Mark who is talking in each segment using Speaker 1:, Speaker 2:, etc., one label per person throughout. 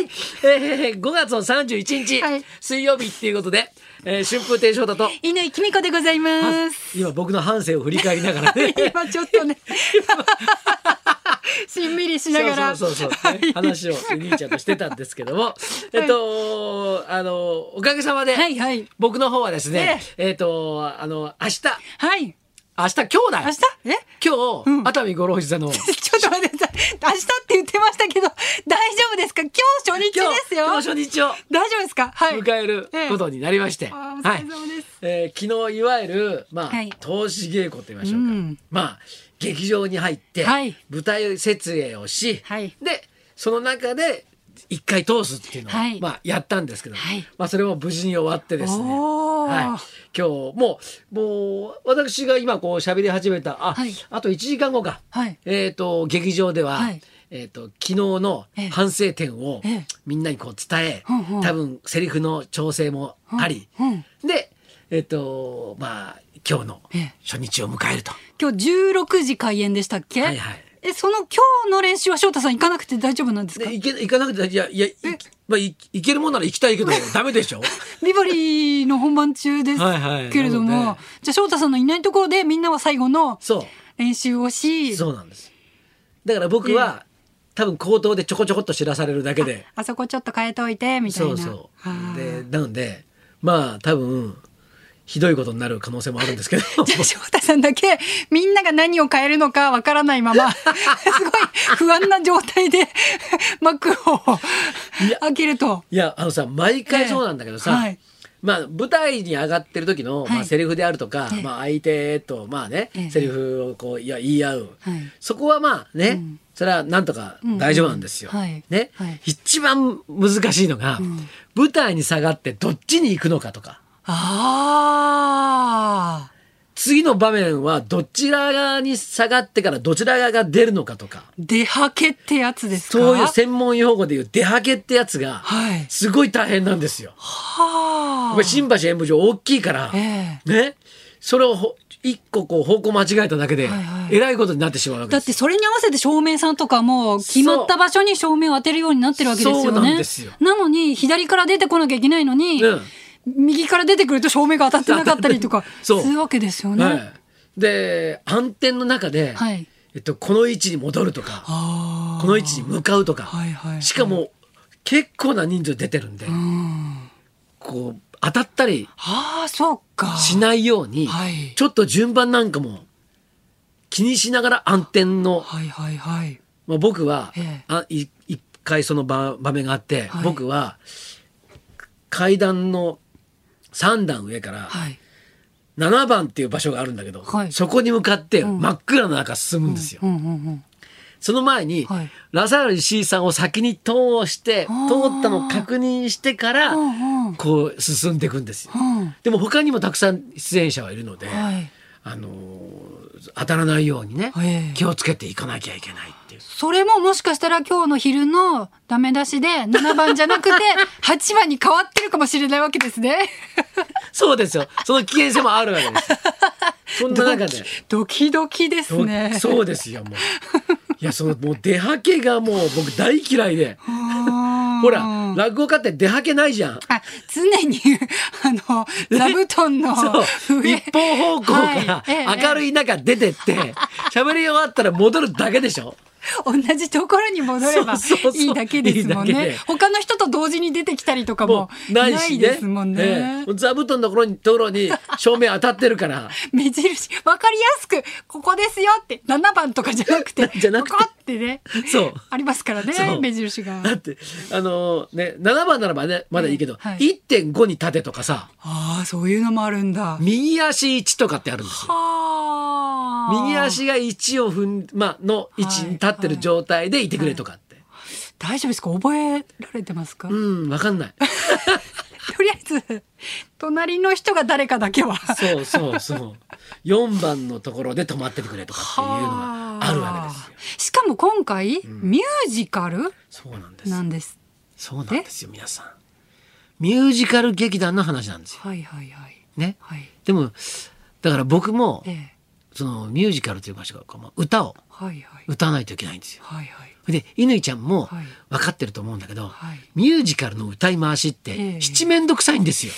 Speaker 1: えー、5月の31日、
Speaker 2: はい
Speaker 1: 水曜日っていうことで、えー、春風亭昇太と
Speaker 2: 犬井君子でございます。
Speaker 1: 今僕の半生を振り返りながらね
Speaker 2: 今ちょっ とね。しんみりしながら。
Speaker 1: そうそうそうそう、
Speaker 2: は
Speaker 1: ね
Speaker 2: い
Speaker 1: 話を兄ちゃんとしてたんですけども、えっとあのおかげさまで、
Speaker 2: はいはい
Speaker 1: 僕の方はですね
Speaker 2: ね、
Speaker 1: えっとあの明日
Speaker 2: はい。
Speaker 1: 明日兄弟
Speaker 2: 明日え
Speaker 1: 今日、
Speaker 2: うん
Speaker 1: 熱海五郎膝 の
Speaker 2: ちょっと待ってください。明日って言ってましたけど、大丈夫ですか今日初日
Speaker 1: 今
Speaker 2: です
Speaker 1: 日
Speaker 2: よ。
Speaker 1: 今日初日を
Speaker 2: 大丈夫ですかはい。
Speaker 1: 迎える
Speaker 2: ええ
Speaker 1: ことになりまして、
Speaker 2: あー
Speaker 1: は
Speaker 2: お疲
Speaker 1: い
Speaker 2: れ様です。
Speaker 1: えー昨日いわゆる、まあ
Speaker 2: はい
Speaker 1: 投資稽古と言いましょうか、
Speaker 2: うん
Speaker 1: まあ劇場に入って、
Speaker 2: はい
Speaker 1: 舞台設営をし、
Speaker 2: はい
Speaker 1: でその中で一回通すっていうのを、
Speaker 2: はい
Speaker 1: まあ、やったんですけど、
Speaker 2: はい
Speaker 1: まあ、それも無事に終わってですね、
Speaker 2: おー
Speaker 1: はい、今日もうもう私が今こう喋り始めたあ,、
Speaker 2: はい
Speaker 1: あと1時間後か、
Speaker 2: はい
Speaker 1: えー、と劇場では、
Speaker 2: はい
Speaker 1: えー、と昨日の
Speaker 2: ええ
Speaker 1: 反省点を
Speaker 2: ええ
Speaker 1: みんなにこう伝え、
Speaker 2: ほんほん
Speaker 1: 多分セリフの調整もあり、
Speaker 2: うんうん
Speaker 1: でえっ、とまあ今日の
Speaker 2: ええ
Speaker 1: 初日を迎えると、
Speaker 2: 今日16時開演でしたっけ
Speaker 1: はいはい
Speaker 2: え、その今日の練習は翔太さん行かなくて大丈夫なんですか
Speaker 1: で行け行かなくていやいやいまあ、い行けるもんなら行きたいけ どダメでしょ
Speaker 2: ビバリーの本番中です
Speaker 1: はいはい
Speaker 2: けれども、
Speaker 1: なので
Speaker 2: じゃあ翔太さんのいないところでみんなは最後の
Speaker 1: そ
Speaker 2: 練習を
Speaker 1: う
Speaker 2: し、
Speaker 1: そうなんですだから僕は、多分口頭でちょこちょこっと知らされるだけで
Speaker 2: あそこちょっと変えといてみたい
Speaker 1: そ
Speaker 2: な。
Speaker 1: うそう
Speaker 2: あー
Speaker 1: でなのでまあ多分ひどいことになる可能性もあるん ですけど
Speaker 2: じゃあ翔太さんだけみんなが何を変えるのかわからない まますごい不安な状態で幕を
Speaker 1: いや
Speaker 2: 開けると。
Speaker 1: いやあのさ毎回そうなんだけどさ、
Speaker 2: ええはい
Speaker 1: まあ、舞台に上がってる時の、ま
Speaker 2: は
Speaker 1: あ、
Speaker 2: い
Speaker 1: セリフであるとか、
Speaker 2: ええ
Speaker 1: まあ、相手と、まあね
Speaker 2: ええ
Speaker 1: セリフをこういや言い合う、
Speaker 2: はい
Speaker 1: そこはまあね、
Speaker 2: うん
Speaker 1: それはなんとか大丈夫なんですよ。
Speaker 2: うんうんはい
Speaker 1: ね
Speaker 2: はい
Speaker 1: 一番難しいのが、
Speaker 2: ん
Speaker 1: 舞台に下がってどっちに行くのかとか
Speaker 2: ああ。
Speaker 1: 次の場面はどちら側に下がってからどちら側が出るのかとか
Speaker 2: 出はけってやつですか
Speaker 1: そういう専門用語でいう出はけってやつが
Speaker 2: はい。
Speaker 1: すごい大変なんですよ。
Speaker 2: は
Speaker 1: やっぱ
Speaker 2: あ
Speaker 1: り。新橋演舞場大きいから、
Speaker 2: ええ
Speaker 1: ね、それをほ一個こう方向間違えただけで、
Speaker 2: はいはい
Speaker 1: えらいことになってしまうわけ
Speaker 2: だ
Speaker 1: で
Speaker 2: っ
Speaker 1: す。
Speaker 2: てそれに合わせて照明さんとかも決まった場所に照明を当てるようになってるわけですよね。
Speaker 1: そうなんですよ
Speaker 2: なのに左から出てこなきゃいけないのに、
Speaker 1: うん
Speaker 2: 右から出てくると照明が当たってなかったり とかす
Speaker 1: そう
Speaker 2: るわけですよね。
Speaker 1: はい、で暗転の中で、
Speaker 2: はい
Speaker 1: えっと、この位置に戻るとか
Speaker 2: あ
Speaker 1: この位置に向かうとか、
Speaker 2: あはいはいはい
Speaker 1: しかも結構な人数出てるんで、こう当たったり
Speaker 2: ああそうか。
Speaker 1: しないように、
Speaker 2: はい
Speaker 1: ちょっと順番なんかも気にしながら暗転の
Speaker 2: はいはいはい。
Speaker 1: まあ、僕は、
Speaker 2: ええ
Speaker 1: あい一回その場場面があって、
Speaker 2: はい
Speaker 1: 僕は階段の3段上から
Speaker 2: はい。
Speaker 1: 7番っていう場所があるんだけど、
Speaker 2: はい
Speaker 1: そこに向かって
Speaker 2: うん
Speaker 1: 真っ暗な中進むんですよ。
Speaker 2: うんうんうん。
Speaker 1: その前に、
Speaker 2: はい
Speaker 1: ラサール石井さんを先に通して
Speaker 2: あー
Speaker 1: 通ったのを確認してから、
Speaker 2: うんうん
Speaker 1: こう進んでいくんですよ。
Speaker 2: うん。
Speaker 1: でも他にもたくさん出演者はいるので、
Speaker 2: はい。
Speaker 1: あのー当たらないようにね、
Speaker 2: ええ
Speaker 1: 気をつけていかなきゃいけないっていう。
Speaker 2: それももしかしたら今日の昼のダメ出しで7番じ ゃなくて8番に変わってるかもしれないわけですね。
Speaker 1: そうですよ。その危険性もあるわけですよ。 そんな中で。
Speaker 2: ドキドキですね。
Speaker 1: とそうですよ、もう。いや、その、もう出はけがもう僕大嫌いで。
Speaker 2: ほ
Speaker 1: ほら、落語家って出はけないじゃん。
Speaker 2: あ、常に、 あの、座布団の
Speaker 1: そう。
Speaker 2: 上。
Speaker 1: 一方方向か
Speaker 2: はいええ
Speaker 1: ら明るい中出てって、 喋り終わったら戻るだけでしょ。
Speaker 2: 同じところに戻れば
Speaker 1: そうそうそう
Speaker 2: いいだけですもん
Speaker 1: いいだけで
Speaker 2: ね。他の人と同時に出てきたりとかも
Speaker 1: もうない
Speaker 2: な
Speaker 1: し
Speaker 2: い
Speaker 1: ね。
Speaker 2: ですもんね
Speaker 1: ええ。座布団のところに、ところに照明当たってるから。
Speaker 2: 目印、わかりやすく、ここですよって、7番とかじゃなくて、
Speaker 1: じゃなくて
Speaker 2: ここってね、
Speaker 1: そう。
Speaker 2: ありますから
Speaker 1: そ
Speaker 2: ね
Speaker 1: う、
Speaker 2: 目印が。
Speaker 1: だって、あのね、7番ならばね、まだいいけど、
Speaker 2: はい
Speaker 1: 1.5に立てとかさ、
Speaker 2: ああ、そういうのもあるんだ。
Speaker 1: 右足1とかってあるんですよ。
Speaker 2: はあ。
Speaker 1: 右足が1を踏ん、まあ、の位置に立ってる状態でいてくれとかって。
Speaker 2: 大丈夫ですか覚えられてますか、
Speaker 1: うん、わかんない。
Speaker 2: とりあえず、隣の人が誰かだけは。
Speaker 1: そうそうそう。4番のところで止まっててくれとかっていうのがあるわけですよ。
Speaker 2: すしかも今回、ミュージカル
Speaker 1: そうなんです。
Speaker 2: なんです。
Speaker 1: そうなんですよ、皆さん。ミュージカル劇団の話なんですよ。
Speaker 2: はいはいはい。
Speaker 1: ね。
Speaker 2: はい。
Speaker 1: でも、だから僕も、
Speaker 2: ええ。
Speaker 1: そのミュージカルという場所がこうまあ歌を
Speaker 2: はいはい
Speaker 1: 歌わないといけないんですよ。
Speaker 2: はいはい
Speaker 1: で乾ちゃんも
Speaker 2: はい
Speaker 1: 分かってると思うんだけど、
Speaker 2: はい
Speaker 1: ミュージカルの歌い回しっ
Speaker 2: ええ
Speaker 1: て七面倒くさいんですよ。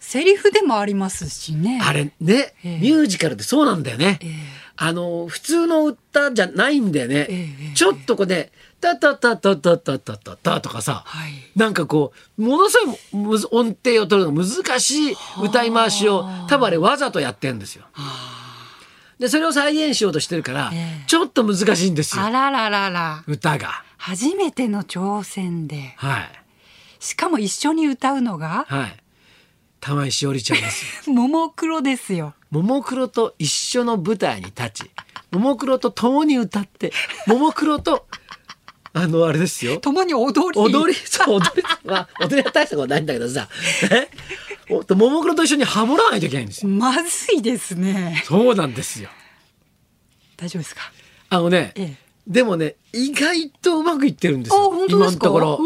Speaker 2: セリフでもありますしね
Speaker 1: あれね、
Speaker 2: ええ
Speaker 1: ミュージカルってそうなんだよね。
Speaker 2: ええ
Speaker 1: あの普通の歌じゃないんだよね。
Speaker 2: ええ
Speaker 1: ちょっとこうね「タタタタタタタタタ」とかさ、
Speaker 2: はい
Speaker 1: なんかこうものすごいむず音程を取るのが難しい歌い回しを多分あれわざとやってんですよ。でそれを再現しようとしてるから、
Speaker 2: ええ
Speaker 1: ちょっと難しいんです
Speaker 2: あ
Speaker 1: よ
Speaker 2: らららら
Speaker 1: 歌が。
Speaker 2: 初めての挑戦で
Speaker 1: はい
Speaker 2: しかも一緒に歌うのが
Speaker 1: はい。玉井しおりちゃんですよ。
Speaker 2: ももクロですよ
Speaker 1: ももクロと一緒の舞台に立ち、ももクロと共に歌って、ももクロと、あの、あれですよ。
Speaker 2: 共に踊り
Speaker 1: 踊り、そう、踊り、まあ、踊りは大したことないんだけどさ、え おと、ももクロと一緒にハモらないといけないんですよ。
Speaker 2: まずいですね
Speaker 1: そうなんですよ。
Speaker 2: 大丈夫ですか
Speaker 1: あのね、
Speaker 2: ええ
Speaker 1: でもね、意外とうまくいってるんです
Speaker 2: あ
Speaker 1: よ。
Speaker 2: 本当で
Speaker 1: 今
Speaker 2: す
Speaker 1: の
Speaker 2: か
Speaker 1: ところ。
Speaker 2: お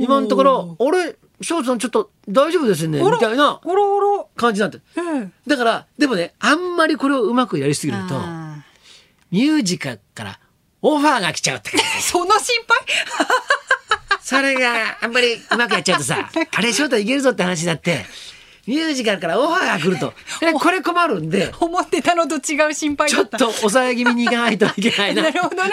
Speaker 2: ー
Speaker 1: 今のところ、あれ、翔さんちょっと大丈夫ですね、
Speaker 2: あら
Speaker 1: みたいな
Speaker 2: あらあ
Speaker 1: 感じなんて。
Speaker 2: らうん
Speaker 1: だから、でもね、あんまりこれをうまくやりすぎると、
Speaker 2: あ
Speaker 1: ミュージカルからオファーが来ちゃうって感じ。
Speaker 2: ーその心配
Speaker 1: それがあんまりうまくやっちゃうと さ、あれ、翔太いけるぞって話になって、ミュージカルからオファーが来る と、えこれ困るんで、
Speaker 2: 思ってたのと違う心配
Speaker 1: ち
Speaker 2: だ
Speaker 1: ょ
Speaker 2: っ
Speaker 1: ったと抑え気味にいかないといけないな。
Speaker 2: なるほどね。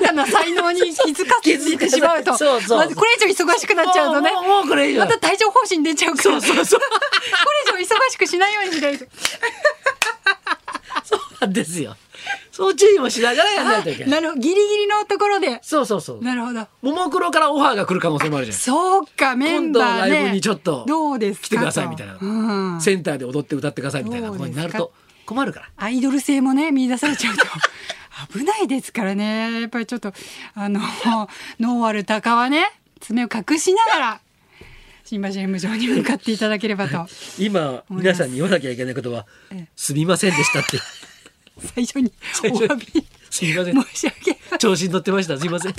Speaker 2: 新たな才能に気づかせていってしまうと。
Speaker 1: 気づかせそうそう
Speaker 2: まずこれ以上忙しくなっちゃうとね。
Speaker 1: もうもうもうこれ以上
Speaker 2: また帯状疱疹出ちゃうから。
Speaker 1: そうそうそう
Speaker 2: これ以上忙しくしないようにしないと。
Speaker 1: そうなんですよ。そう注意もしながらやらないといけない。
Speaker 2: なるほど。ギリギリのところで。
Speaker 1: そうそうそう。
Speaker 2: なるほど。
Speaker 1: ももクロからオファーが来る可能性もあるじゃん。
Speaker 2: そうか、メン
Speaker 1: 今度
Speaker 2: バー
Speaker 1: ラ
Speaker 2: ね。
Speaker 1: イブにちょっと
Speaker 2: どうですか
Speaker 1: 来てくださいみたいな、
Speaker 2: うん
Speaker 1: センターで踊って歌ってくださいみたいなことになる
Speaker 2: どう
Speaker 1: と困るから。
Speaker 2: アイドル性もね、見出さ れちゃうと。危ないですからね。やっぱりちょっと、あの、ノーアル高はね、爪を隠しながら、新橋演舞場に向かっていただければと。
Speaker 1: 今
Speaker 2: 思います
Speaker 1: 皆さんに言わなきゃいけないことは
Speaker 2: ええ
Speaker 1: 「すみませんでした」って
Speaker 2: 最初にお
Speaker 1: 最初に
Speaker 2: 詫び
Speaker 1: 「 すみません
Speaker 2: 申し上げます
Speaker 1: 調子に乗ってましたすみ ません」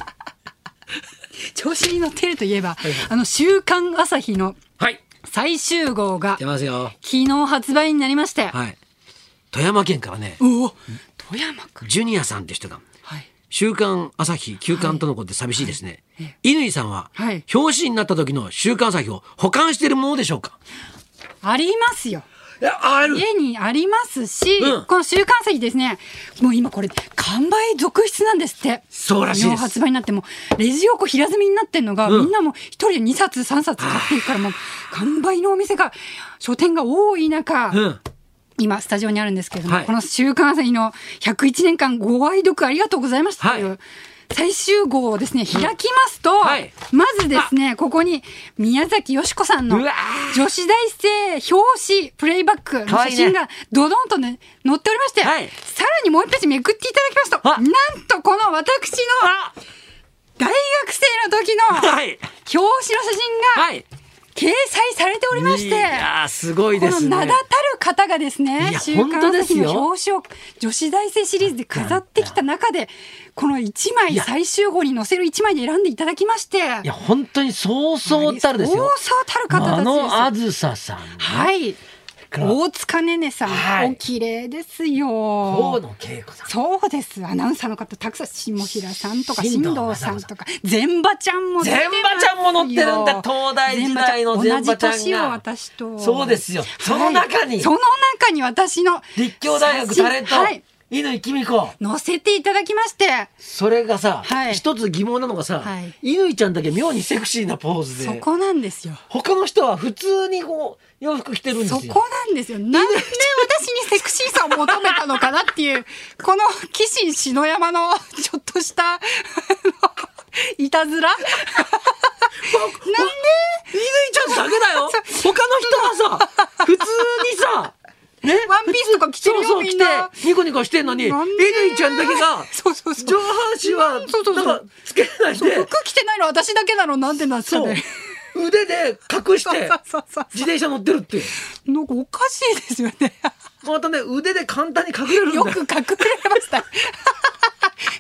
Speaker 2: 調子に乗ってるといえば、
Speaker 1: いはい
Speaker 2: あの週刊朝日の
Speaker 1: はい
Speaker 2: 最終号が
Speaker 1: 出ますよ
Speaker 2: 昨日発売になりまして、
Speaker 1: はい富山県からね
Speaker 2: おお富山か
Speaker 1: ジュニアさんって人が
Speaker 2: はい
Speaker 1: 「週刊朝日休刊とのことで寂しいですね」乾さんは
Speaker 2: はい
Speaker 1: 表紙になった時の「週刊朝日」を保管しているものでしょうか
Speaker 2: ありますよ
Speaker 1: いやある
Speaker 2: 家にありますし、
Speaker 1: うん
Speaker 2: この週刊朝日ですねもう今これ完売続出なんですって
Speaker 1: そうらしいです
Speaker 2: 昨日発売になってもレジ横平積みになってんのが、
Speaker 1: うん
Speaker 2: みんなもう一人で2冊3冊買っていくからもう完売のお店が書店が多い中、
Speaker 1: うん
Speaker 2: 今スタジオにあるんですけれども、
Speaker 1: はい
Speaker 2: この「週刊朝日」の101年間ご愛読ありがとうございましたという、
Speaker 1: は
Speaker 2: 最終号をですね開きますと、
Speaker 1: はい
Speaker 2: まずですねここに宮崎美子さんの
Speaker 1: うわ
Speaker 2: 女子大生表紙プレイバックの
Speaker 1: かわ
Speaker 2: 写
Speaker 1: いいね
Speaker 2: 真がドドンとね載っておりまして、
Speaker 1: はい
Speaker 2: さらにもう一ページめくっていただきますと
Speaker 1: あ
Speaker 2: なんとこの私の
Speaker 1: あ
Speaker 2: 大学生の時の表
Speaker 1: はい
Speaker 2: 紙の写真が
Speaker 1: はい
Speaker 2: 掲載されておりまし
Speaker 1: い
Speaker 2: て。
Speaker 1: やーすごい
Speaker 2: こ
Speaker 1: で
Speaker 2: の
Speaker 1: すね
Speaker 2: 名だたる方がですね
Speaker 1: い、や
Speaker 2: 週刊朝日の
Speaker 1: 本
Speaker 2: 表紙を女子大生シリーズで飾ってきた中で、この1枚、
Speaker 1: いや
Speaker 2: 最終号に載せる1枚で選んでいただきまして、
Speaker 1: いや本当にそうそうたるですよ
Speaker 2: そうそうたる方た
Speaker 1: あ
Speaker 2: ちです。
Speaker 1: のあずささん
Speaker 2: はい。
Speaker 1: から
Speaker 2: 大塚ねねさん、
Speaker 1: はい
Speaker 2: お綺麗です
Speaker 1: 河
Speaker 2: よ。
Speaker 1: 野恵子さん
Speaker 2: そうです。アナウンサーの方、たくさん、下平さんとか、
Speaker 1: 新
Speaker 2: 新
Speaker 1: 藤
Speaker 2: 藤さんとか、全場ちゃんも出てますよ。
Speaker 1: 全場ちゃんも乗ってるんだ東大時代の全場ちゃんが
Speaker 2: 同じ年よ、私と。
Speaker 1: そうですよその中に
Speaker 2: はいその中に私の
Speaker 1: 立教大学タレント
Speaker 2: はい
Speaker 1: 乾きみ子
Speaker 2: 載せていただきまして
Speaker 1: それがさ
Speaker 2: はい
Speaker 1: 一つ疑問なのがさ
Speaker 2: はい
Speaker 1: 乾ちゃんだけ妙にセクシーなポーズ
Speaker 2: そ
Speaker 1: で
Speaker 2: こなんですよ
Speaker 1: 他の人は普通にこう洋服着てるんです
Speaker 2: そ
Speaker 1: よ
Speaker 2: こなんですよなんで私にセクシーさを求めたのかなっていうこの岸篠山のちょっとしたあのいたずら
Speaker 1: なんで乾ちゃんだけだ よ他の人がさ普通にさね
Speaker 2: ワンピースとか着てるよ
Speaker 1: そうそう
Speaker 2: み
Speaker 1: 着
Speaker 2: ん
Speaker 1: て
Speaker 2: な
Speaker 1: ニコニコしてんのに
Speaker 2: な
Speaker 1: 乾
Speaker 2: んで
Speaker 1: ちゃんだけが
Speaker 2: そうそうそう
Speaker 1: 上半身は
Speaker 2: そうそうそう
Speaker 1: なんかつけない
Speaker 2: そう
Speaker 1: で
Speaker 2: 服着てないの私だけなのなんてなっちゃ
Speaker 1: そう
Speaker 2: ね
Speaker 1: 腕で隠し
Speaker 2: そう
Speaker 1: て
Speaker 2: そうそう
Speaker 1: 自転車乗ってるっていう
Speaker 2: なんかおかしいですよね
Speaker 1: またね腕で簡単に隠れるんだ
Speaker 2: よく隠れました。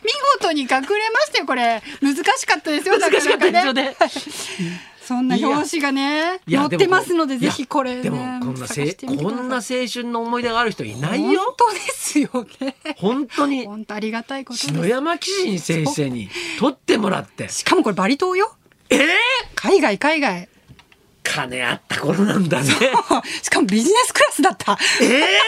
Speaker 2: 見事に隠れましたよ、これ。難しかったですよ、な
Speaker 1: 難しかった
Speaker 2: な
Speaker 1: です
Speaker 2: か
Speaker 1: よ
Speaker 2: ね。
Speaker 1: ね。
Speaker 2: そんな表紙がね
Speaker 1: いや
Speaker 2: 載ってますので
Speaker 1: いや
Speaker 2: ぜひこれね
Speaker 1: でもこんな
Speaker 2: 探
Speaker 1: せ
Speaker 2: してみて
Speaker 1: こ
Speaker 2: ください
Speaker 1: んな青春の思い出がある人いないよ
Speaker 2: 本当ですよね
Speaker 1: 本当に
Speaker 2: 本当ありがたいこと
Speaker 1: 篠
Speaker 2: で
Speaker 1: 山紀信先生に撮ってもらって
Speaker 2: すしかもこれバリ島よ
Speaker 1: えー、
Speaker 2: 海外 海外
Speaker 1: 金あった頃なんだね
Speaker 2: しかもビジネスクラスだった
Speaker 1: え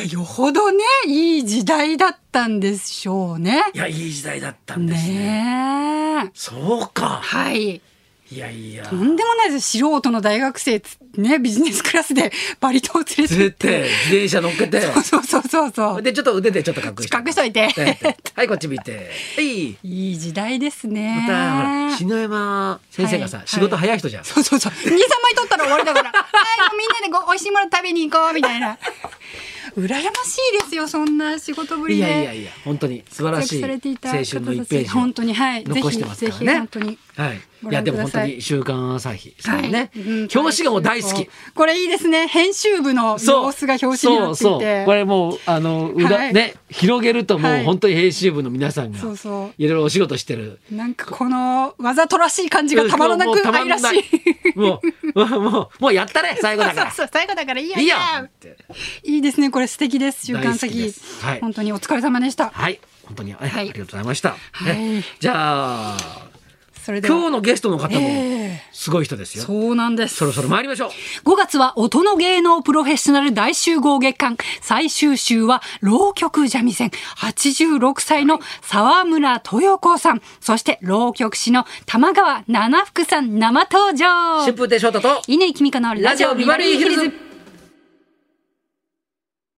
Speaker 1: ー、
Speaker 2: よほどねいい時代だったんでしょうね
Speaker 1: いやいい時代だったんですね
Speaker 2: ねえ
Speaker 1: そうか
Speaker 2: はい
Speaker 1: いやいや
Speaker 2: とんでもないです素人の大学生つねビジネスクラスでバリ島を連れ
Speaker 1: 連れ
Speaker 2: て
Speaker 1: て自転車乗っけて
Speaker 2: そうそうそうそう
Speaker 1: でちょっと腕でちょっと隠して
Speaker 2: 隠しといて
Speaker 1: はいこっち見てはい
Speaker 2: いい時代ですね
Speaker 1: またほら篠山先生がさ、
Speaker 2: はい
Speaker 1: 仕事早い人じゃん、
Speaker 2: そうそうそう。二三枚取ったら終わりだから。はい、みんなでご美味しいもの食べに行こうみたいな。羨ましいですよ。そんな仕事ぶり
Speaker 1: い
Speaker 2: で。
Speaker 1: やいやいや本当に素晴らしい青春の一ページを
Speaker 2: 本当にはい。
Speaker 1: 残してますから
Speaker 2: ぜひぜひ
Speaker 1: ね
Speaker 2: 本当に。
Speaker 1: はい
Speaker 2: ご覧ください
Speaker 1: いやでも本当に週刊朝日さんね、
Speaker 2: はい
Speaker 1: 表紙がもう大好き。
Speaker 2: これいいですね。編集部の
Speaker 1: そう
Speaker 2: 様子が表紙になっていて。
Speaker 1: そうそうこれもうあの裏、
Speaker 2: はい
Speaker 1: ね広げるとも
Speaker 2: は
Speaker 1: う
Speaker 2: い
Speaker 1: 本当に編集部の皆さんがい
Speaker 2: そ
Speaker 1: ろ
Speaker 2: うそう
Speaker 1: いろお仕事してる
Speaker 2: なんかこのわざとらしい感じがたまらなく愛らしい。
Speaker 1: もうもうもうもうやったね最後だから
Speaker 2: そうそう最後だからいいや
Speaker 1: いいよ
Speaker 2: いいですねこれ素敵です週刊
Speaker 1: 大好き
Speaker 2: 先
Speaker 1: ですはい
Speaker 2: 本当にお疲れ様でした
Speaker 1: はい本当に、ね
Speaker 2: い
Speaker 1: ありがとうございました、
Speaker 2: はい
Speaker 1: ねじゃあ
Speaker 2: それでは
Speaker 1: 今日のゲストの方も
Speaker 2: え
Speaker 1: すごい人です
Speaker 2: え
Speaker 1: よ、
Speaker 2: そうなんです
Speaker 1: そろそろ参りましょう
Speaker 2: 5月は音の芸能プロフェッショナル大集合月間。最終週は浪曲三味線86歳の沢村豊子さん。そして浪曲師の玉川七福さん生登場
Speaker 1: 春。風亭昇太と
Speaker 2: 稲井君香のラジオビバリーヒルズ。